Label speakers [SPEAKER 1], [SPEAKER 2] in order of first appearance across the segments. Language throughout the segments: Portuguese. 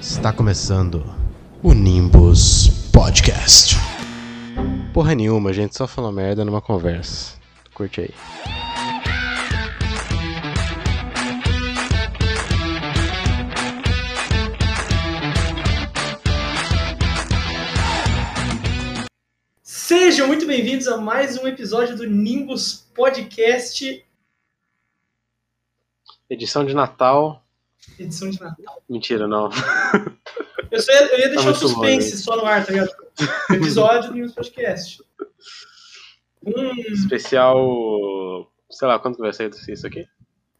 [SPEAKER 1] Está começando o Nimbus Podcast. Porra nenhuma, a gente só falou merda numa conversa. Curte aí.
[SPEAKER 2] Sejam muito bem-vindos a mais um episódio do Nimbus Podcast,
[SPEAKER 1] Edição de Natal.
[SPEAKER 2] edição de Natal.
[SPEAKER 1] Mentira, não.
[SPEAKER 2] Eu, só ia, eu ia deixar o
[SPEAKER 1] muito
[SPEAKER 2] suspense
[SPEAKER 1] bom,
[SPEAKER 2] só no ar, tá ligado? Episódio do Nimbus Podcast. Hum,
[SPEAKER 1] Especial. Sei lá, quanto vai sair isso aqui?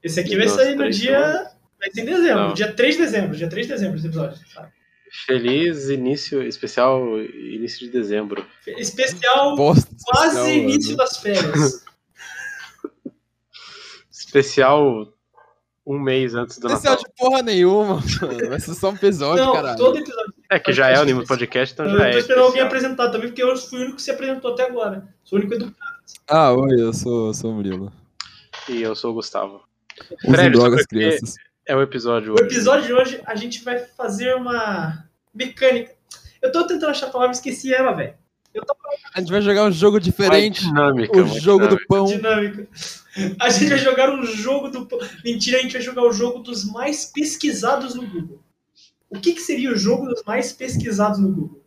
[SPEAKER 2] esse aqui vai
[SPEAKER 1] Nossa,
[SPEAKER 2] sair no
[SPEAKER 1] três
[SPEAKER 2] dia. Vai ser em dezembro,
[SPEAKER 1] Não.
[SPEAKER 2] dia 3 de dezembro, dia 3 de dezembro esse episódio, tá? sabe?
[SPEAKER 1] Feliz início, especial início de dezembro.
[SPEAKER 2] Especial
[SPEAKER 3] Bosta.
[SPEAKER 2] quase
[SPEAKER 3] especial,
[SPEAKER 2] início
[SPEAKER 3] né?
[SPEAKER 2] das férias.
[SPEAKER 1] Especial um mês antes do
[SPEAKER 3] Especial
[SPEAKER 1] Natal.
[SPEAKER 3] de porra nenhuma, mano. Vai ser só um episódio,
[SPEAKER 2] Não,
[SPEAKER 3] caralho.
[SPEAKER 2] todo episódio.
[SPEAKER 1] É que já é o Nimbus Podcast, então
[SPEAKER 2] Eu
[SPEAKER 1] já
[SPEAKER 2] tô
[SPEAKER 1] é.
[SPEAKER 2] esperando alguém
[SPEAKER 1] especial.
[SPEAKER 2] apresentar também, porque eu fui o único que se apresentou até agora. Sou o único educado.
[SPEAKER 3] Ah, oi, eu sou, sou o Murilo.
[SPEAKER 1] E eu sou o Gustavo.
[SPEAKER 3] Usem
[SPEAKER 1] Prévio,
[SPEAKER 3] drogas,
[SPEAKER 1] só porque-
[SPEAKER 3] crianças.
[SPEAKER 1] É o episódio
[SPEAKER 2] O
[SPEAKER 1] hoje.
[SPEAKER 2] episódio de hoje a gente vai fazer uma mecânica. Eu tô tentando achar a palavra, esqueci ela, velho.
[SPEAKER 3] A gente vai jogar um jogo diferente.
[SPEAKER 1] Uma dinâmica,
[SPEAKER 3] O
[SPEAKER 1] uma
[SPEAKER 3] jogo do
[SPEAKER 1] dinâmica.
[SPEAKER 3] pão.
[SPEAKER 2] Dinâmica. A gente vai jogar um jogo do. Mentira, a gente vai jogar o jogo dos mais pesquisados no Google. O que, que seria o jogo dos mais pesquisados no Google?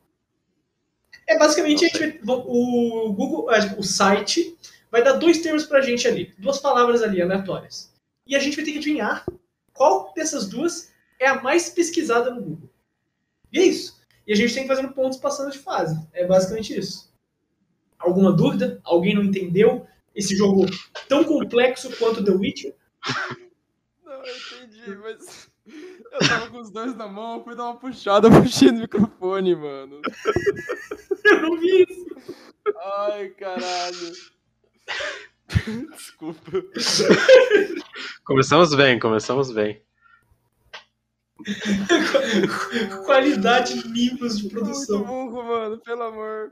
[SPEAKER 2] É basicamente a gente vai- o Google, é, o site vai dar dois termos pra gente ali, duas palavras ali aleatórias. E a gente vai ter que adivinhar qual dessas duas é a mais pesquisada no Google. E é isso. E a gente tem que fazer pontos passando de fase. É basicamente isso. Alguma dúvida? Alguém não entendeu esse jogo tão complexo quanto The Witcher?
[SPEAKER 3] Não, eu entendi, mas. Eu tava com os dois na mão, fui dar uma puxada, puxei no microfone, mano.
[SPEAKER 2] Eu não vi isso.
[SPEAKER 3] Ai, caralho. Desculpa.
[SPEAKER 1] Começamos bem, começamos bem.
[SPEAKER 2] Qualidade níveis de produção.
[SPEAKER 3] burro, mano, pelo amor.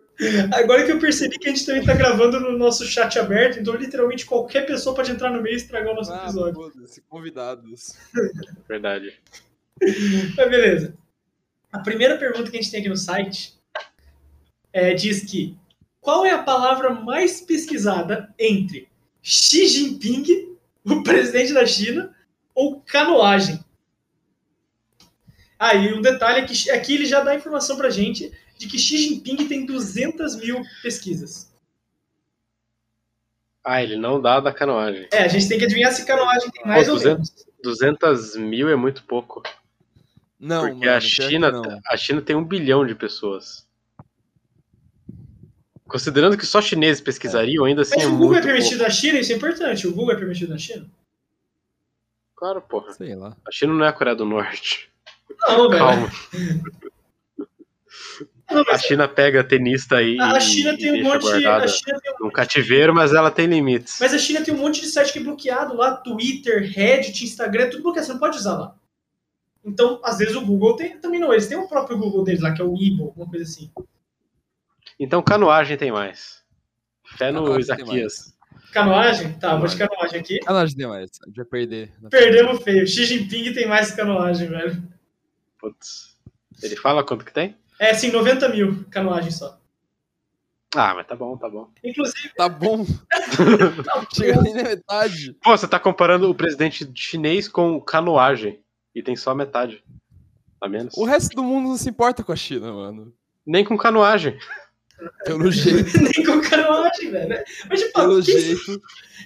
[SPEAKER 2] Agora que eu percebi que a gente também tá gravando no nosso chat aberto, então literalmente qualquer pessoa pode entrar no meio e estragar o nosso
[SPEAKER 3] Ah,
[SPEAKER 2] episódio.
[SPEAKER 3] foda-se, convidados.
[SPEAKER 1] Verdade.
[SPEAKER 2] Mas beleza. A primeira pergunta que a gente tem aqui no site é, diz que qual é a palavra mais pesquisada entre Xi Jinping, o presidente da China, ou canoagem? Ah, e um detalhe é que aqui ele já dá informação pra gente de que Xi Jinping tem 200 mil pesquisas.
[SPEAKER 1] Ah, ele não dá da canoagem.
[SPEAKER 2] É, a gente tem que adivinhar se canoagem tem mais
[SPEAKER 1] Pô,
[SPEAKER 2] ou
[SPEAKER 1] 200?
[SPEAKER 2] menos.
[SPEAKER 1] 200 mil é muito pouco.
[SPEAKER 3] Não,
[SPEAKER 1] porque
[SPEAKER 3] mano,
[SPEAKER 1] a,
[SPEAKER 3] pior que
[SPEAKER 1] China,
[SPEAKER 3] não.
[SPEAKER 1] a China tem um bilhão de pessoas. Considerando que só chineses
[SPEAKER 3] É.
[SPEAKER 1] pesquisariam, ainda assim
[SPEAKER 2] Mas
[SPEAKER 1] é
[SPEAKER 2] o Google é
[SPEAKER 1] muito
[SPEAKER 2] permitido
[SPEAKER 1] pouco.
[SPEAKER 2] na China, isso é importante. O Google é permitido na China?
[SPEAKER 1] Claro, porra.
[SPEAKER 3] Sei lá.
[SPEAKER 1] A China não é a Coreia do Norte.
[SPEAKER 2] Não, velho.
[SPEAKER 1] Calma.
[SPEAKER 2] É. Não,
[SPEAKER 1] A
[SPEAKER 2] mas
[SPEAKER 1] China pega tenista aí
[SPEAKER 2] A, a
[SPEAKER 1] e-
[SPEAKER 2] China tem
[SPEAKER 1] e
[SPEAKER 2] um
[SPEAKER 1] deixa
[SPEAKER 2] monte. A
[SPEAKER 1] guardada
[SPEAKER 2] China tem um-
[SPEAKER 1] num cativeiro, mas ela tem limites.
[SPEAKER 2] mas a China tem um monte de site que é bloqueado lá: Twitter, Reddit, Instagram, tudo bloqueado, você não pode usar lá. Então, às vezes o Google tem, também não, eles têm o próprio Google deles lá, que é o Weibo, alguma coisa assim.
[SPEAKER 1] Então canoagem tem mais. Fé no
[SPEAKER 3] Canoagem tem
[SPEAKER 1] Isaquias.
[SPEAKER 2] Canoagem? Tá, vou de canoagem aqui.
[SPEAKER 3] Ah, não, a gente tem mais. A gente vai perder.
[SPEAKER 2] Perdemos feio. Xi Jinping tem mais canoagem, velho.
[SPEAKER 1] Putz. Ele fala quanto que tem?
[SPEAKER 2] É, sim, 90 mil canoagem só.
[SPEAKER 1] Ah, mas tá bom, tá bom.
[SPEAKER 2] Inclusive,
[SPEAKER 3] Tá bom. Chega nem na metade.
[SPEAKER 1] Pô, você tá comparando o presidente chinês com canoagem. E tem só metade. A menos.
[SPEAKER 3] O resto do mundo não se importa com a China, mano.
[SPEAKER 1] Nem com canoagem.
[SPEAKER 3] Pelo jeito,
[SPEAKER 2] nem com canoagem, velho. Mas, tipo,
[SPEAKER 3] pelo
[SPEAKER 2] quem-
[SPEAKER 3] jeito.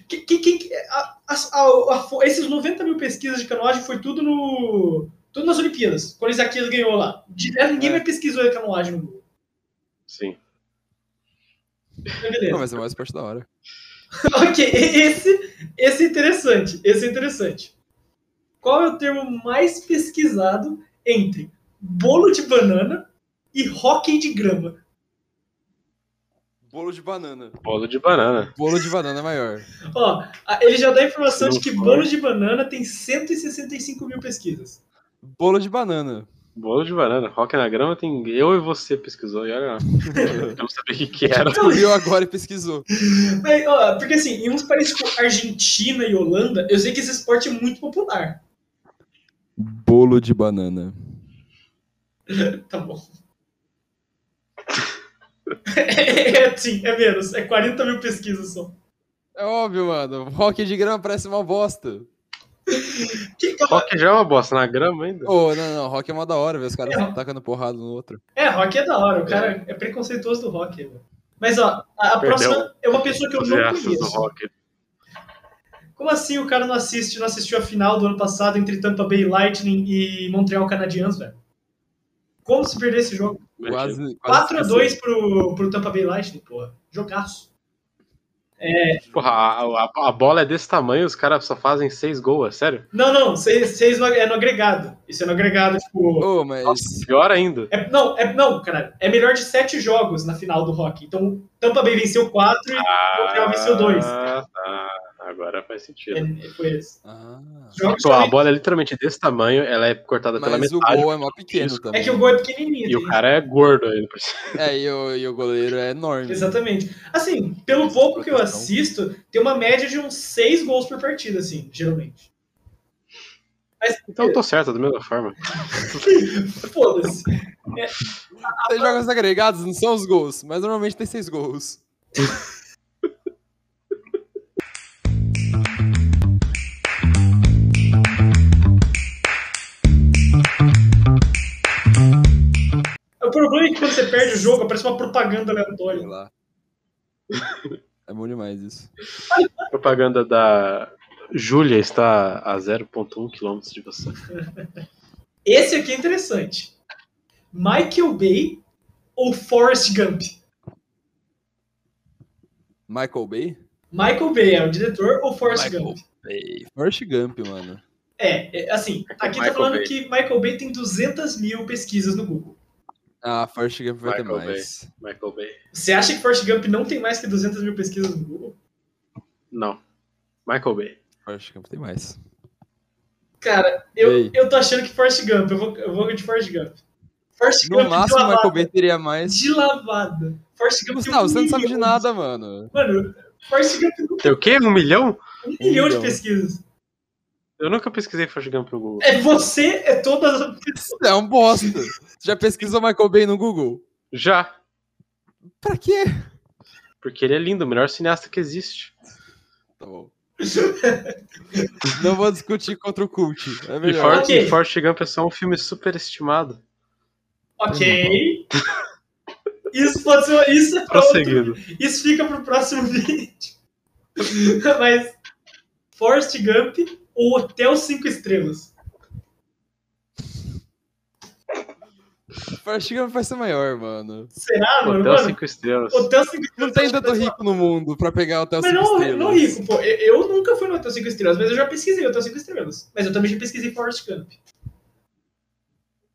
[SPEAKER 2] Que- que- que- a- as- a- a fo- esses 90 mil pesquisas de canoagem foi tudo no. Tudo nas Olimpíadas, quando Isaquias ganhou lá. Direto, ninguém
[SPEAKER 3] É.
[SPEAKER 2] mais pesquisou a canoagem no Google.
[SPEAKER 1] Sim.
[SPEAKER 2] Mas
[SPEAKER 3] Não,
[SPEAKER 2] beleza.
[SPEAKER 3] mas é mais parte da hora.
[SPEAKER 2] ok, e- esse, esse é interessante. Esse é interessante. Qual é o termo mais pesquisado entre bolo de banana e hóquei de grama?
[SPEAKER 3] Bolo de banana.
[SPEAKER 1] Bolo de banana.
[SPEAKER 3] Bolo de banana é maior.
[SPEAKER 2] Ó, a- ele já dá a informação de que
[SPEAKER 1] Não
[SPEAKER 2] bolo de banana tem 165 mil pesquisas.
[SPEAKER 3] Bolo de banana.
[SPEAKER 1] Bolo de banana. Rock na grama tem. Eu e você pesquisou, e olha lá. Eu não sabia o que, que era.
[SPEAKER 3] Descobriu agora e pesquisou.
[SPEAKER 2] Mas, ó, porque assim, em uns países como Argentina e Holanda, eu sei que esse esporte é muito popular.
[SPEAKER 3] Bolo de banana.
[SPEAKER 2] Tá bom. É, sim, é menos. É 40 mil pesquisas só.
[SPEAKER 3] É óbvio, mano. Rock de grama parece uma bosta.
[SPEAKER 2] Que cara-
[SPEAKER 4] Rock já é uma bosta na grama ainda.
[SPEAKER 3] Ô, não, não. Rock é mó da hora, ver os caras
[SPEAKER 2] É.
[SPEAKER 3] tacando porrada no outro.
[SPEAKER 2] É, rock é da hora. O cara é preconceituoso do rock. velho. Mas, ó, a, a
[SPEAKER 4] Perdeu.
[SPEAKER 2] próxima é uma pessoa que eu
[SPEAKER 4] Os
[SPEAKER 2] não
[SPEAKER 4] reachos do
[SPEAKER 2] conheço.
[SPEAKER 4] rock.
[SPEAKER 2] Como assim o cara não assiste, não assistiu a final do ano passado entre Tampa Bay Lightning e Montreal Canadiens, velho? Como se perder esse jogo?
[SPEAKER 3] Quase, quase
[SPEAKER 2] 4x2 pro, pro Tampa Bay Lightning, porra. Jogaço.
[SPEAKER 4] Porra, a, a- a bola é desse tamanho, os caras só fazem seis gols, é sério?
[SPEAKER 2] Não, não, seis seis no- é no agregado. Isso é no agregado, tipo.
[SPEAKER 3] Ô, mas.
[SPEAKER 4] Pior ainda.
[SPEAKER 2] É, não, é, não, caralho. É melhor de sete jogos na final do rock. Então, Tampa Bay venceu quatro e Montreal venceu dois.
[SPEAKER 4] Ah, tá. Agora faz sentido.
[SPEAKER 2] É, é, foi isso.
[SPEAKER 3] Ah.
[SPEAKER 2] Jogos
[SPEAKER 4] Pô, a
[SPEAKER 2] também-
[SPEAKER 4] bola é literalmente desse tamanho, ela é cortada pela
[SPEAKER 3] Mas o
[SPEAKER 4] metade.
[SPEAKER 3] gol é mó pequeno
[SPEAKER 4] Isso.
[SPEAKER 3] também.
[SPEAKER 2] é que o gol é pequenininho.
[SPEAKER 4] E o
[SPEAKER 2] tem-
[SPEAKER 4] cara é gordo ainda. por cima.
[SPEAKER 3] É, e o, e o goleiro é enorme.
[SPEAKER 2] Exatamente. Assim, pelo pouco que eu assisto, tem uma média de uns seis gols por partida, assim, geralmente.
[SPEAKER 4] Então eu tô certo, da mesma forma.
[SPEAKER 2] Foda-se.
[SPEAKER 3] Tem jogos agregados, não são os gols, mas normalmente tem seis gols.
[SPEAKER 2] O problema é que quando você perde o jogo, aparece uma propaganda
[SPEAKER 3] Sei
[SPEAKER 2] aleatória.
[SPEAKER 3] lá. É bom demais isso.
[SPEAKER 4] Propaganda da Júlia está a 0,1 km de você.
[SPEAKER 2] Esse aqui é interessante. Michael Bay ou Forrest Gump?
[SPEAKER 3] Michael Bay?
[SPEAKER 2] Michael Bay é o diretor ou Forrest
[SPEAKER 3] Michael
[SPEAKER 2] Gump?
[SPEAKER 3] Bay. Forrest Gump, mano.
[SPEAKER 2] É, é, assim, aqui tá
[SPEAKER 4] Michael
[SPEAKER 2] falando
[SPEAKER 4] Bay.
[SPEAKER 2] que Michael Bay tem 200 mil pesquisas no Google.
[SPEAKER 3] Ah, Forrest Gump vai ter
[SPEAKER 4] Michael Bay.
[SPEAKER 3] mais.
[SPEAKER 4] Michael Bay.
[SPEAKER 2] Você acha que Forrest Gump não tem mais que 200 mil pesquisas no Google?
[SPEAKER 4] Não. Michael Bay.
[SPEAKER 3] Forrest Gump tem mais.
[SPEAKER 2] Cara, eu,
[SPEAKER 3] Ei.
[SPEAKER 2] eu tô achando que Forrest Gump. Eu vou, eu vou de Forrest Gump. Forrest
[SPEAKER 3] No
[SPEAKER 2] Gump
[SPEAKER 3] máximo,
[SPEAKER 2] de lavada.
[SPEAKER 3] Michael Bay teria mais.
[SPEAKER 2] De lavada. Forrest Gump tem um
[SPEAKER 3] Gustavo, você não
[SPEAKER 2] milhão.
[SPEAKER 3] sabe de nada, mano.
[SPEAKER 2] Mano, Forrest Gump tem um
[SPEAKER 4] Tem o quê? Um milhão?
[SPEAKER 2] milhão de
[SPEAKER 3] milhão.
[SPEAKER 2] pesquisas.
[SPEAKER 4] Eu nunca pesquisei Forrest Gump no Google.
[SPEAKER 2] É você, é todas as
[SPEAKER 3] Você é um bosta. Você já pesquisou Michael Bay no Google?
[SPEAKER 4] Já.
[SPEAKER 3] Pra quê?
[SPEAKER 4] Porque ele é lindo, o melhor cineasta que existe.
[SPEAKER 3] Tá bom. Não vou discutir contra o cult. É
[SPEAKER 4] E,
[SPEAKER 3] melhor.
[SPEAKER 4] For
[SPEAKER 2] Ok.
[SPEAKER 4] e Forrest Gump é só um filme superestimado.
[SPEAKER 2] Tá
[SPEAKER 3] um
[SPEAKER 2] Ok. Isso pode ser. Isso é pra outro.
[SPEAKER 4] Prosseguindo.
[SPEAKER 2] Isso fica pro próximo vídeo. Mas. Forrest Gump ou Hotel 5 Estrelas?
[SPEAKER 3] Forrest Gump vai ser maior, mano.
[SPEAKER 2] Será, Ah, mano?
[SPEAKER 4] Hotel
[SPEAKER 2] Mano,
[SPEAKER 4] 5 estrelas.
[SPEAKER 2] Hotel 5 Estrelas. é
[SPEAKER 3] Não tem tanto rico no mundo pra pegar hotel
[SPEAKER 2] Mas
[SPEAKER 3] cinco
[SPEAKER 2] não, é um
[SPEAKER 3] estrelas.
[SPEAKER 2] não rico, pô. Eu, eu nunca fui no Hotel 5 Estrelas, mas eu já pesquisei Hotel 5 Estrelas. Mas eu também já pesquisei Forrest Gump.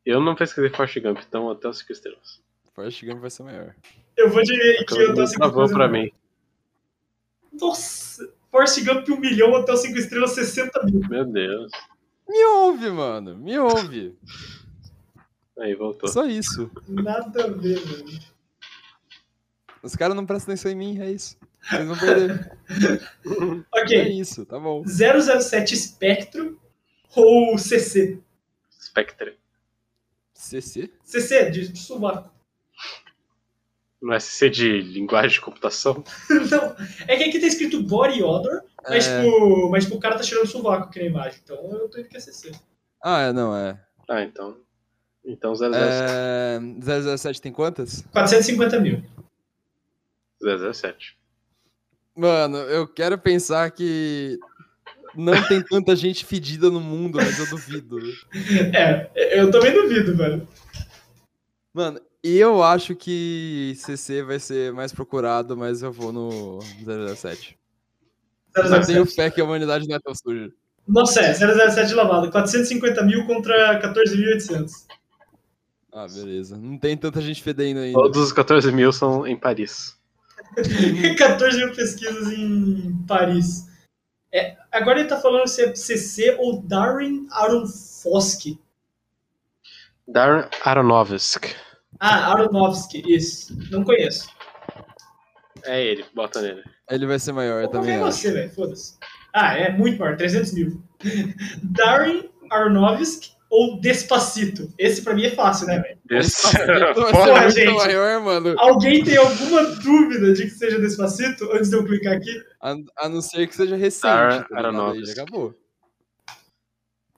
[SPEAKER 4] Eu não pesquisei Forrest Gump, então Hotel 5 estrelas.
[SPEAKER 3] Forrest Gump vai ser maior.
[SPEAKER 2] Eu vou de que Hotel 5
[SPEAKER 4] Travou
[SPEAKER 2] Estrelas.
[SPEAKER 4] pra mim.
[SPEAKER 2] Nossa, Forrest Gump 1 milhão, Hotel 5 Estrelas 60 mil.
[SPEAKER 4] Meu Deus.
[SPEAKER 3] Me ouve, mano. Me ouve.
[SPEAKER 4] Aí voltou.
[SPEAKER 3] Só isso.
[SPEAKER 2] Nada a ver, mano.
[SPEAKER 3] Os caras não prestam atenção em mim, é isso. Vocês vão perder. É
[SPEAKER 2] Ok.
[SPEAKER 3] isso, tá bom.
[SPEAKER 2] 007 Spectro ou CC?
[SPEAKER 4] Spectre.
[SPEAKER 3] CC?
[SPEAKER 2] CC, é de, de sovaco.
[SPEAKER 4] No SC de linguagem de computação.
[SPEAKER 2] Não, é que aqui tá escrito body odor, mas,
[SPEAKER 3] É.
[SPEAKER 2] tipo, mas tipo, o cara tá tirando sovaco aqui na imagem. Então eu tô indo com a CC.
[SPEAKER 3] Ah, é, não, é.
[SPEAKER 4] Ah, então. Então 00
[SPEAKER 3] É, 007 tem quantas?
[SPEAKER 2] 450 mil.
[SPEAKER 4] 007.
[SPEAKER 3] Mano, eu quero pensar que não tem tanta gente fedida no mundo, mas eu duvido.
[SPEAKER 2] É, eu também duvido, velho.
[SPEAKER 3] Mano, eu acho que CC vai ser mais procurado, mas eu vou no 007. Eu tenho
[SPEAKER 2] 007.
[SPEAKER 3] fé que a humanidade não é tão suja.
[SPEAKER 2] Nossa, é, 007 lavado. 450 mil contra 14.800.
[SPEAKER 3] Ah, beleza. Não tem tanta gente fedendo ainda.
[SPEAKER 4] Todos os 14 mil são em Paris.
[SPEAKER 3] Uhum.
[SPEAKER 2] 14 mil pesquisas em Paris. É, agora ele tá falando se é CC ou Darren Aronofsky.
[SPEAKER 4] Darren Aronofsky.
[SPEAKER 2] Ah, Aronofsky, isso. Não conheço.
[SPEAKER 4] É ele, bota nele.
[SPEAKER 3] Ele vai ser maior, eu
[SPEAKER 2] Eu
[SPEAKER 3] também
[SPEAKER 2] também
[SPEAKER 3] acho.
[SPEAKER 2] é você, velho. Foda-se. Ah, é muito maior. 300 mil. Darren Aronofsky ou Despacito? Esse pra mim é fácil, né, velho?
[SPEAKER 4] Desse...
[SPEAKER 2] Porra,
[SPEAKER 3] Porra,
[SPEAKER 2] gente.
[SPEAKER 3] gente. maior, mano.
[SPEAKER 2] Alguém tem alguma dúvida de que seja Despacito antes de eu clicar aqui?
[SPEAKER 3] A, a não ser que seja recente.
[SPEAKER 4] Star
[SPEAKER 3] ligado? Aí
[SPEAKER 4] Aeronautics.
[SPEAKER 3] já acabou.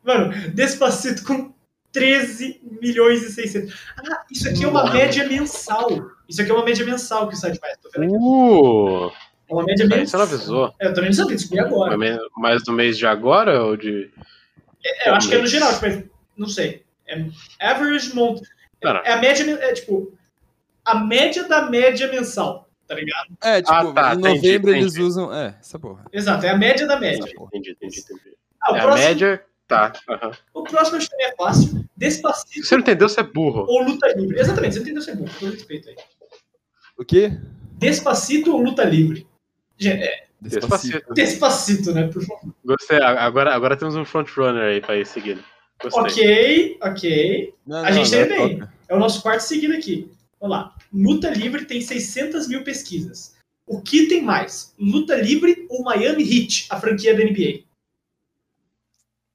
[SPEAKER 2] Mano, Despacito com 13 milhões e 600. Ah, isso aqui é uma média mensal. Isso aqui é uma média mensal que o site faz. Tô vendo aqui.
[SPEAKER 4] Uh!
[SPEAKER 2] É uma média
[SPEAKER 4] Aí você não
[SPEAKER 2] mensal.
[SPEAKER 4] avisou.
[SPEAKER 2] É, eu também não sabia, descobri agora.
[SPEAKER 4] Mas do mês de agora ou de.
[SPEAKER 2] É, eu acho que é no geral, tipo, não sei. É average month.
[SPEAKER 4] Não, não.
[SPEAKER 2] É a média, men- é tipo, a média da média mensal, tá ligado?
[SPEAKER 3] É, tipo,
[SPEAKER 4] Ah, tá,
[SPEAKER 3] em
[SPEAKER 4] entendi,
[SPEAKER 3] novembro eles
[SPEAKER 4] entendi.
[SPEAKER 3] usam. É, essa porra.
[SPEAKER 2] Exato, é a média da média.
[SPEAKER 4] Entendi, entendi, entendi, entendi.
[SPEAKER 2] Ah, o,
[SPEAKER 4] É a
[SPEAKER 2] próximo,
[SPEAKER 4] média. Tá. aham.
[SPEAKER 2] o próximo acho que também é fácil.
[SPEAKER 4] Se
[SPEAKER 2] Despacito
[SPEAKER 4] você não entendeu, você é burro.
[SPEAKER 2] ou luta livre. Exatamente, você entendeu seu bom, com todo respeito aí.
[SPEAKER 3] O quê?
[SPEAKER 2] Despacito ou luta livre? Gente, é,
[SPEAKER 4] Despacito.
[SPEAKER 2] despacito, né? Por favor.
[SPEAKER 4] Gostei. A- Agora, agora temos um frontrunner aí pra ir seguindo. Gostei.
[SPEAKER 2] Ok, ok.
[SPEAKER 3] Não,
[SPEAKER 2] A gente
[SPEAKER 3] agora
[SPEAKER 2] tem bem.
[SPEAKER 3] toca.
[SPEAKER 2] É o nosso quarto seguido aqui. Vamos lá. Luta livre tem 600 mil pesquisas. O que tem mais? Luta livre ou Miami Heat, a franquia da NBA?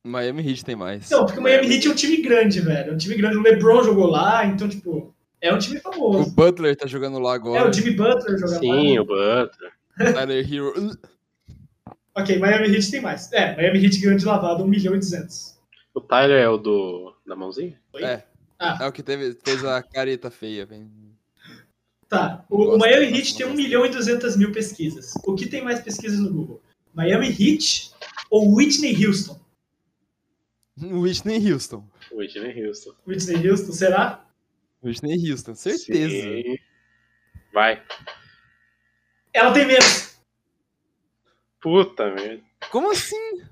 [SPEAKER 3] Miami Heat tem mais.
[SPEAKER 2] Não, porque o Miami Heat é um time grande, velho. É um time grande. O LeBron jogou lá, então, tipo, é um time
[SPEAKER 3] O
[SPEAKER 2] famoso.
[SPEAKER 3] Butler tá jogando lá
[SPEAKER 2] É,
[SPEAKER 3] agora.
[SPEAKER 2] o Jimmy Butler jogou
[SPEAKER 4] Sim,
[SPEAKER 2] lá.
[SPEAKER 4] o Butler.
[SPEAKER 3] Tyler Hero.
[SPEAKER 2] Ok, Miami Heat tem mais. É, Miami Heat ganhou de lavada 1 milhão e 200.
[SPEAKER 4] O Tyler é o do. da mãozinha?
[SPEAKER 2] Ah.
[SPEAKER 3] É o que teve, fez a careta feia. Bem...
[SPEAKER 2] Tá, o, o
[SPEAKER 3] Gosto,
[SPEAKER 2] Miami
[SPEAKER 3] gosto,
[SPEAKER 2] Heat tem 1
[SPEAKER 3] gosto.
[SPEAKER 2] milhão e 200 mil pesquisas. O que tem mais pesquisas no Google? Miami Heat ou Whitney Houston?
[SPEAKER 3] Whitney Houston.
[SPEAKER 4] O Whitney Houston.
[SPEAKER 2] Whitney Houston, será?
[SPEAKER 3] Whitney Houston, certeza.
[SPEAKER 4] Sim. Vai.
[SPEAKER 2] Ela tem menos.
[SPEAKER 4] Puta merda.
[SPEAKER 3] Como assim?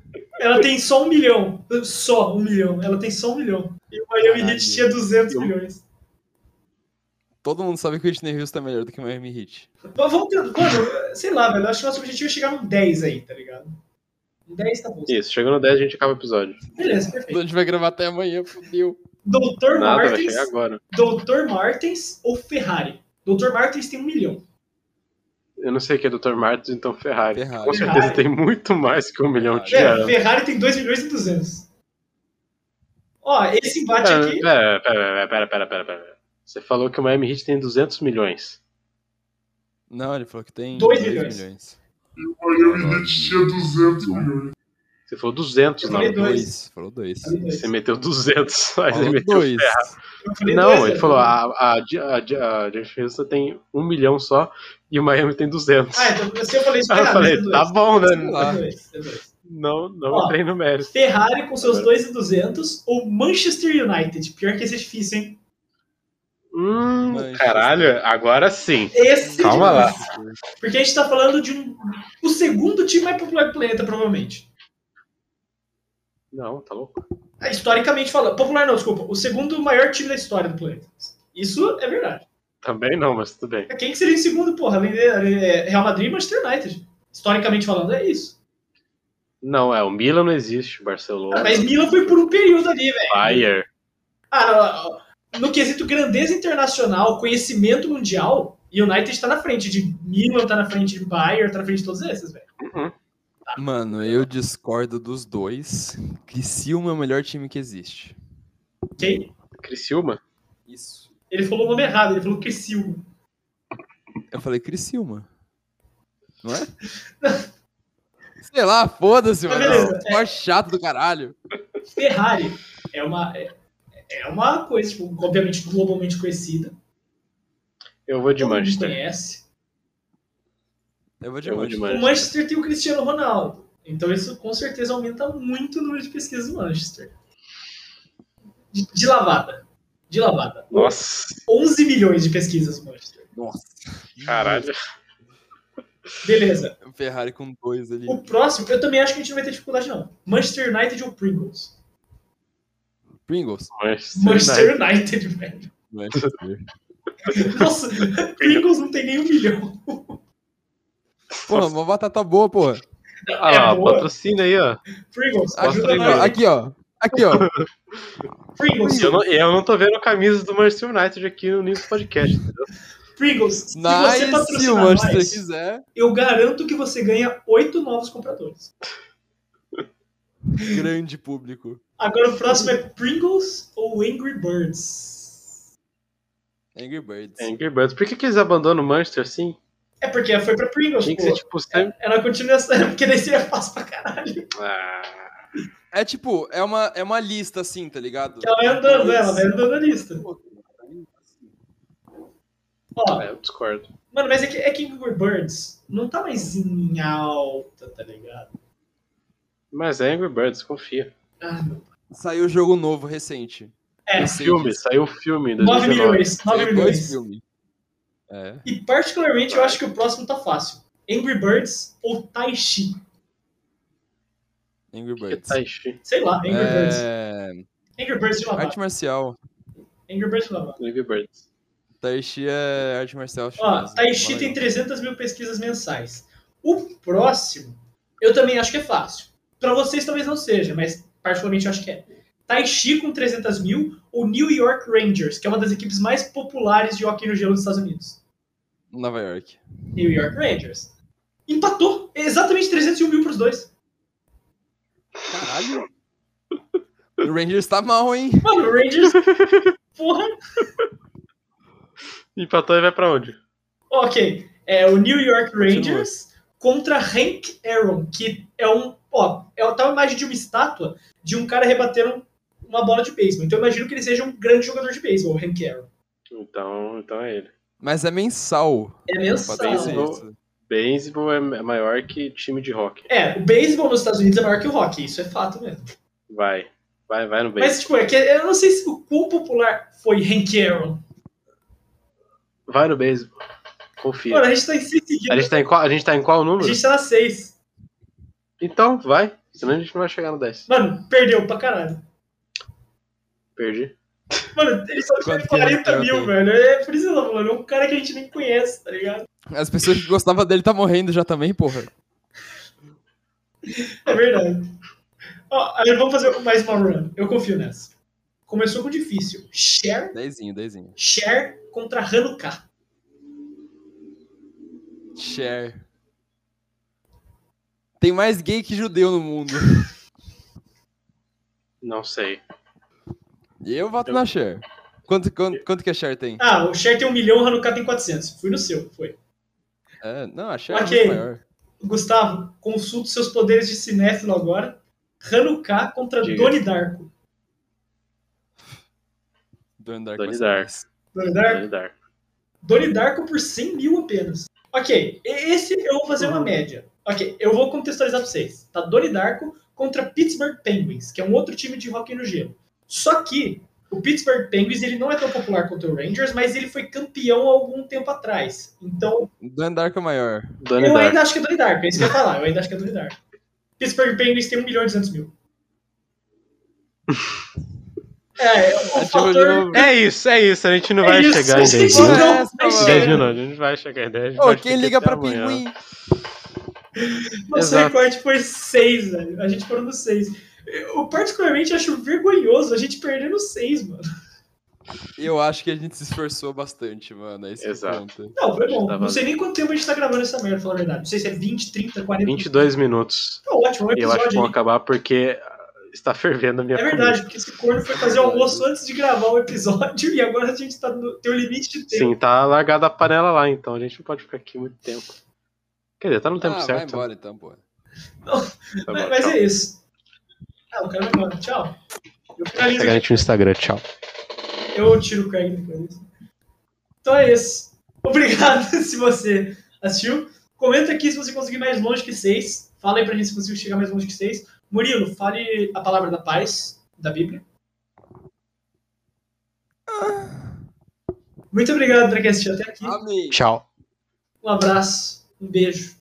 [SPEAKER 2] Ela tem só 1 milhão. Só 1 milhão. Ela tem só 1 milhão. E o Miami
[SPEAKER 3] Caralho.
[SPEAKER 2] Heat tinha 200
[SPEAKER 4] Eu-
[SPEAKER 2] milhões.
[SPEAKER 3] Todo mundo sabe que Whitney Houston é melhor do que Miami Heat.
[SPEAKER 2] Mas vamos ter, mano, sei lá, velho. Acho que nosso objetivo é chegar num 10 aí, tá ligado? Um 10 tá bom.
[SPEAKER 4] Isso, chegando no 10 a gente acaba o episódio.
[SPEAKER 2] Beleza,
[SPEAKER 3] A
[SPEAKER 2] perfeito.
[SPEAKER 3] gente vai gravar até amanhã, fodeu.
[SPEAKER 2] Doutor
[SPEAKER 4] Nada, vai
[SPEAKER 2] Martins,
[SPEAKER 4] chegar agora.
[SPEAKER 2] Doutor Martins ou Ferrari? Doutor Martins tem 1 milhão.
[SPEAKER 4] Eu não sei o que é Dr. Martins, então Ferrari.
[SPEAKER 3] Ferrari.
[SPEAKER 4] Com certeza
[SPEAKER 2] Ferrari.
[SPEAKER 4] tem muito mais que um milhão de
[SPEAKER 2] É,
[SPEAKER 4] anos.
[SPEAKER 2] Ferrari tem 2 milhões e 200. Ó, esse embate
[SPEAKER 4] Pera,
[SPEAKER 2] aqui.
[SPEAKER 4] pera, pera, é, pera, pera, pera, pera. Você falou que o Miami Heat tem 200 milhões.
[SPEAKER 3] Não, ele falou que tem
[SPEAKER 2] Dois
[SPEAKER 3] dois
[SPEAKER 2] milhões.
[SPEAKER 5] Miami Heat tinha 200 milhões.
[SPEAKER 4] Você falou 200,
[SPEAKER 2] Eu
[SPEAKER 4] não.
[SPEAKER 2] falei dois.
[SPEAKER 3] Dois, Falou dois.
[SPEAKER 2] Falei dois.
[SPEAKER 4] Você meteu 200. Aí você
[SPEAKER 3] Falou
[SPEAKER 4] meteu
[SPEAKER 3] dois.
[SPEAKER 2] Eu falei
[SPEAKER 4] não,
[SPEAKER 2] dois,
[SPEAKER 4] ele
[SPEAKER 2] né?
[SPEAKER 4] falou, ah, a, a, a, a, a Jeff Houston tem um milhão só e o Miami tem 200.
[SPEAKER 2] Ah, então se eu falei isso,
[SPEAKER 4] Aí eu
[SPEAKER 2] Ferrari.
[SPEAKER 4] falei,
[SPEAKER 2] é
[SPEAKER 4] tá
[SPEAKER 2] dois.
[SPEAKER 4] bom,
[SPEAKER 3] Sei
[SPEAKER 4] né?
[SPEAKER 3] lá.
[SPEAKER 2] É dois, é dois.
[SPEAKER 4] Não, não
[SPEAKER 2] Ó.
[SPEAKER 4] entrei no mérito.
[SPEAKER 2] Ferrari com seus 2,200 ou Manchester United? Pior que esse é difícil, hein?
[SPEAKER 4] Hum,
[SPEAKER 3] Mas-
[SPEAKER 4] caralho, agora sim.
[SPEAKER 2] Esse é
[SPEAKER 4] Calma lá.
[SPEAKER 2] Porque a gente tá falando de um. O segundo time mais popular do planeta, provavelmente.
[SPEAKER 4] Não, tá louco.
[SPEAKER 2] Ah, Historicamente falando. Popular não, desculpa. O segundo maior time da história do planeta. Isso é verdade.
[SPEAKER 4] Também não, mas tudo bem.
[SPEAKER 2] Quem que seria em segundo, porra? Além de- é, Real Madrid e Manchester United. Historicamente falando, é isso.
[SPEAKER 4] Não, é, o Milan não existe, o
[SPEAKER 2] Ah,
[SPEAKER 4] Barcelona,
[SPEAKER 2] Mas Milan foi por um período ali, velho.
[SPEAKER 4] Bayern.
[SPEAKER 2] Ah, no- no, quesito grandeza internacional, conhecimento mundial, United tá na frente de Milan, tá na frente de Bayern, tá na frente de todos esses, velho.
[SPEAKER 4] Uhum.
[SPEAKER 3] Mano, eu discordo dos dois. Criciúma é o melhor time que existe.
[SPEAKER 2] Ok?
[SPEAKER 4] Criciúma?
[SPEAKER 3] Isso.
[SPEAKER 2] Ele falou o nome errado, ele falou Criciúma.
[SPEAKER 3] Eu falei Criciúma. Não é? Sei lá, foda-se,
[SPEAKER 2] Mas
[SPEAKER 3] mano.
[SPEAKER 2] beleza,
[SPEAKER 3] Esporte chato do caralho.
[SPEAKER 2] Ferrari é uma, é, é uma coisa, tipo, obviamente, globalmente conhecida.
[SPEAKER 4] Eu vou de
[SPEAKER 2] todo mundo
[SPEAKER 4] Manchester.
[SPEAKER 2] Conhece.
[SPEAKER 3] Eu vou de
[SPEAKER 4] Eu vou de
[SPEAKER 3] Manchester.
[SPEAKER 2] O
[SPEAKER 4] Manchester.
[SPEAKER 2] Manchester tem o Cristiano Ronaldo. Então isso com certeza aumenta muito o número de pesquisas do Manchester. De, de lavada. De lavada.
[SPEAKER 4] Nossa,
[SPEAKER 2] 11 milhões de pesquisas do Manchester.
[SPEAKER 3] Nossa.
[SPEAKER 4] caralho.
[SPEAKER 2] Beleza.
[SPEAKER 3] O Ferrari com dois ali.
[SPEAKER 2] O próximo, eu também acho que a gente não vai ter dificuldade, não. Manchester United ou Pringles?
[SPEAKER 3] Pringles.
[SPEAKER 4] Manchester.
[SPEAKER 2] Manchester United, velho.
[SPEAKER 3] Manchester.
[SPEAKER 2] Nossa, Pringles não tem nem um milhão.
[SPEAKER 3] Porra, uma batata boa, porra.
[SPEAKER 4] Ah,
[SPEAKER 2] É
[SPEAKER 4] lá,
[SPEAKER 2] boa.
[SPEAKER 4] patrocina aí, ó.
[SPEAKER 2] Pringles,
[SPEAKER 4] Nossa,
[SPEAKER 2] ajuda
[SPEAKER 4] aí,
[SPEAKER 2] nós.
[SPEAKER 4] velho.
[SPEAKER 2] Aqui,
[SPEAKER 3] Aqui, ó. Aqui, ó.
[SPEAKER 2] Pringles, né?
[SPEAKER 4] Eu não, eu não tô vendo camisas do Manchester United aqui no News Podcast. entendeu?
[SPEAKER 2] Pringles, se você
[SPEAKER 3] Nice, se o
[SPEAKER 2] patrocinar
[SPEAKER 3] Manchester
[SPEAKER 2] nós,
[SPEAKER 3] quiser.
[SPEAKER 2] eu garanto que você ganha oito novos compradores.
[SPEAKER 3] grande público.
[SPEAKER 2] Agora o próximo é Pringles ou Angry Birds?
[SPEAKER 3] Angry Birds.
[SPEAKER 4] É Angry Birds. Por que, que eles abandonam o Manchester assim?
[SPEAKER 2] É porque foi pra Pringles,
[SPEAKER 4] Tem que
[SPEAKER 2] pô.
[SPEAKER 4] ser tipo sempre.
[SPEAKER 2] Ela continua sendo, porque daí seria fácil pra caralho.
[SPEAKER 4] Ah,
[SPEAKER 3] É tipo, é uma, é uma lista assim, tá ligado?
[SPEAKER 2] Que ela vai andando, ela vai andando na lista. Ó,
[SPEAKER 4] é, eu discordo.
[SPEAKER 2] mano, mas é que, é que Angry Birds não tá mais em alta, tá ligado?
[SPEAKER 4] Mas é Angry Birds, confia.
[SPEAKER 2] Ah, meu.
[SPEAKER 3] Saiu jogo novo recente.
[SPEAKER 2] É,
[SPEAKER 3] Sim,
[SPEAKER 4] filme,
[SPEAKER 3] sim.
[SPEAKER 4] saiu o filme em
[SPEAKER 2] 9
[SPEAKER 4] 2019.
[SPEAKER 2] milhões, 9
[SPEAKER 3] Saiu dois
[SPEAKER 2] milhões.
[SPEAKER 3] filmes. É.
[SPEAKER 2] E particularmente eu acho que o próximo tá fácil. Angry Birds ou Tai Chi?
[SPEAKER 3] Angry
[SPEAKER 4] Que
[SPEAKER 3] Birds.
[SPEAKER 4] tá enchi.
[SPEAKER 2] Sei lá, Angry Birds.
[SPEAKER 3] É...
[SPEAKER 2] Angry Birds de lavar.
[SPEAKER 3] Arte marcial.
[SPEAKER 2] Angry Birds de lavar.
[SPEAKER 4] Angry Birds.
[SPEAKER 3] Tai Chi é arte marcial
[SPEAKER 2] Ó,
[SPEAKER 3] chinesa.
[SPEAKER 2] Tai Chi
[SPEAKER 3] Fala
[SPEAKER 2] tem
[SPEAKER 3] aí.
[SPEAKER 2] 300 mil pesquisas mensais. O próximo, eu também acho que é fácil. Pra vocês talvez não seja, mas particularmente eu acho que é. Tai Chi com 300 mil ou New York Rangers, que é uma das equipes mais populares de hockey no gelo dos Estados Unidos.
[SPEAKER 3] Nova York.
[SPEAKER 2] New York Rangers. Empatou. É Exatamente 301 mil pros dois.
[SPEAKER 3] Caralho. O Rangers tá mal, hein?
[SPEAKER 2] Mano, o Rangers... Porra.
[SPEAKER 4] Empatou e vai pra onde?
[SPEAKER 2] Ok. É o New York
[SPEAKER 3] Continua.
[SPEAKER 2] Rangers contra Hank Aaron, que é um. Ó, é uma- tá uma imagem de uma estátua de um cara rebatendo uma bola de beisebol. Então eu imagino que ele seja um grande jogador de beisebol, o Hank Aaron.
[SPEAKER 4] Então, então é ele.
[SPEAKER 3] Mas é mensal.
[SPEAKER 2] É
[SPEAKER 3] Pra
[SPEAKER 2] mensal.
[SPEAKER 3] ter isso.
[SPEAKER 4] Baseball é maior que time de rock.
[SPEAKER 2] É, o beisebol nos Estados Unidos é maior que o hockey, isso é fato mesmo.
[SPEAKER 4] Vai. Vai, vai no beisebol.
[SPEAKER 2] Mas, tipo, é que eu não sei se o quão popular foi Hank Aaron.
[SPEAKER 4] Vai no beisebol. Confia.
[SPEAKER 2] Mano, a gente tá em seis
[SPEAKER 4] A
[SPEAKER 2] seguidas.
[SPEAKER 4] gente, tá em qual, a gente tá em qual
[SPEAKER 2] A
[SPEAKER 3] é
[SPEAKER 4] número?
[SPEAKER 2] gente tá na seis.
[SPEAKER 4] Então, vai. Senão a gente não vai chegar no 10.
[SPEAKER 2] Mano, perdeu pra caralho.
[SPEAKER 4] Perdi.
[SPEAKER 2] Mano, ele só
[SPEAKER 3] Quanto
[SPEAKER 2] tem
[SPEAKER 3] que
[SPEAKER 2] 40
[SPEAKER 3] ele
[SPEAKER 2] mil,
[SPEAKER 3] tem?
[SPEAKER 2] velho. É por isso que eu tô falando, é um cara que a gente nem conhece, tá ligado?
[SPEAKER 3] As pessoas que gostavam dele tá morrendo já também, porra.
[SPEAKER 2] É verdade. Ó, aí vamos fazer mais uma run. Eu confio nessa. Começou com difícil. Cher,
[SPEAKER 3] Dezinho, dezinho.
[SPEAKER 2] Cher contra Hanukkah.
[SPEAKER 3] Cher. Tem mais gay que judeu no mundo.
[SPEAKER 4] Não sei.
[SPEAKER 3] E eu voto na Cher. Quanto, quanto, quanto que a Cher tem?
[SPEAKER 2] Ah, o Cher tem um milhão, o Hanukkah tem 400. Fui no seu, foi.
[SPEAKER 3] É, não, a Cher é
[SPEAKER 2] Ok.
[SPEAKER 3] muito maior.
[SPEAKER 2] Gustavo, consulta seus poderes de cinéfilo agora. Hanukkah contra
[SPEAKER 4] Diga.
[SPEAKER 2] Doni Darko.
[SPEAKER 3] Donnie Darko. é vai
[SPEAKER 4] Donnie
[SPEAKER 3] ser
[SPEAKER 4] Darko.
[SPEAKER 3] mais.
[SPEAKER 2] Doni Darko?
[SPEAKER 4] Donnie Darko.
[SPEAKER 2] Doni Darko por 100 mil apenas. Ok, e- esse eu vou fazer
[SPEAKER 4] Uhum.
[SPEAKER 2] uma média. Ok, eu vou contextualizar pra vocês. Tá Doni Darko contra Pittsburgh Penguins, que é um outro time de hockey no gelo. Só que o Pittsburgh Penguins ele não é tão popular quanto o Rangers, mas ele foi campeão há algum tempo atrás. Então,
[SPEAKER 3] Donnie Darko é maior.
[SPEAKER 4] Donnie
[SPEAKER 2] eu
[SPEAKER 4] Darko.
[SPEAKER 2] ainda acho que é Doni Darko, é isso que eu ia falar. Eu ainda acho que é Doni Darko. Pittsburgh Penguins tem 1 milhão e 200 mil. É, o fator...
[SPEAKER 4] É isso, é isso. A gente não
[SPEAKER 2] É
[SPEAKER 4] vai
[SPEAKER 2] isso,
[SPEAKER 4] chegar em
[SPEAKER 2] sim,
[SPEAKER 4] 10
[SPEAKER 2] sim,
[SPEAKER 4] minutos.
[SPEAKER 2] não,
[SPEAKER 3] Essa,
[SPEAKER 2] mas
[SPEAKER 3] mano.
[SPEAKER 2] chega.
[SPEAKER 4] 10 minutos. A gente vai chegar em 10. a gente
[SPEAKER 3] Ô,
[SPEAKER 4] vai
[SPEAKER 3] quem
[SPEAKER 4] ficar
[SPEAKER 3] liga
[SPEAKER 4] até
[SPEAKER 3] pra
[SPEAKER 4] amanhã.
[SPEAKER 3] pinguim?
[SPEAKER 2] Nosso
[SPEAKER 4] Exato.
[SPEAKER 2] recorde foi 6, velho. A gente parou no 6. Eu particularmente acho vergonhoso a gente perder no 6, mano.
[SPEAKER 3] Eu acho que a gente se esforçou bastante, mano. É isso que
[SPEAKER 4] Exato.
[SPEAKER 3] conta.
[SPEAKER 2] Não, foi bom.
[SPEAKER 4] Tava-
[SPEAKER 2] Não sei nem quanto tempo a gente tá gravando essa merda, pra falar a verdade. Não sei se é 20, 30, 40.
[SPEAKER 4] 22 minutos.
[SPEAKER 2] Tá ótimo, é um
[SPEAKER 4] E eu acho que
[SPEAKER 2] episódio.
[SPEAKER 4] vão
[SPEAKER 2] hein?
[SPEAKER 4] acabar porque está fervendo a minha
[SPEAKER 2] É verdade, porque esse corno foi fazer almoço antes de gravar o episódio e agora a gente tá no, tem o limite de tempo.
[SPEAKER 4] Sim, tá largada a panela lá, então a gente não pode ficar aqui muito tempo. Quer dizer, tá no tempo
[SPEAKER 3] ah, vai
[SPEAKER 4] certo.
[SPEAKER 3] embora então, pô.
[SPEAKER 4] Tá
[SPEAKER 2] mas
[SPEAKER 4] bom,
[SPEAKER 2] mas
[SPEAKER 4] tchau.
[SPEAKER 2] é isso. Ah, o cara vai embora. Tchau. Eu finalizo
[SPEAKER 4] Segue a
[SPEAKER 2] aqui.
[SPEAKER 4] gente no Instagram, tchau.
[SPEAKER 2] Eu tiro o Craig depois. Então é isso. Obrigado se você assistiu. Comenta aqui se você conseguir mais longe que seis. Fala aí pra gente se conseguiu chegar mais longe que seis. Murilo, fale a palavra da paz da Bíblia. Muito obrigado por assistir até aqui.
[SPEAKER 3] Amém.
[SPEAKER 1] Tchau.
[SPEAKER 2] Um abraço, um beijo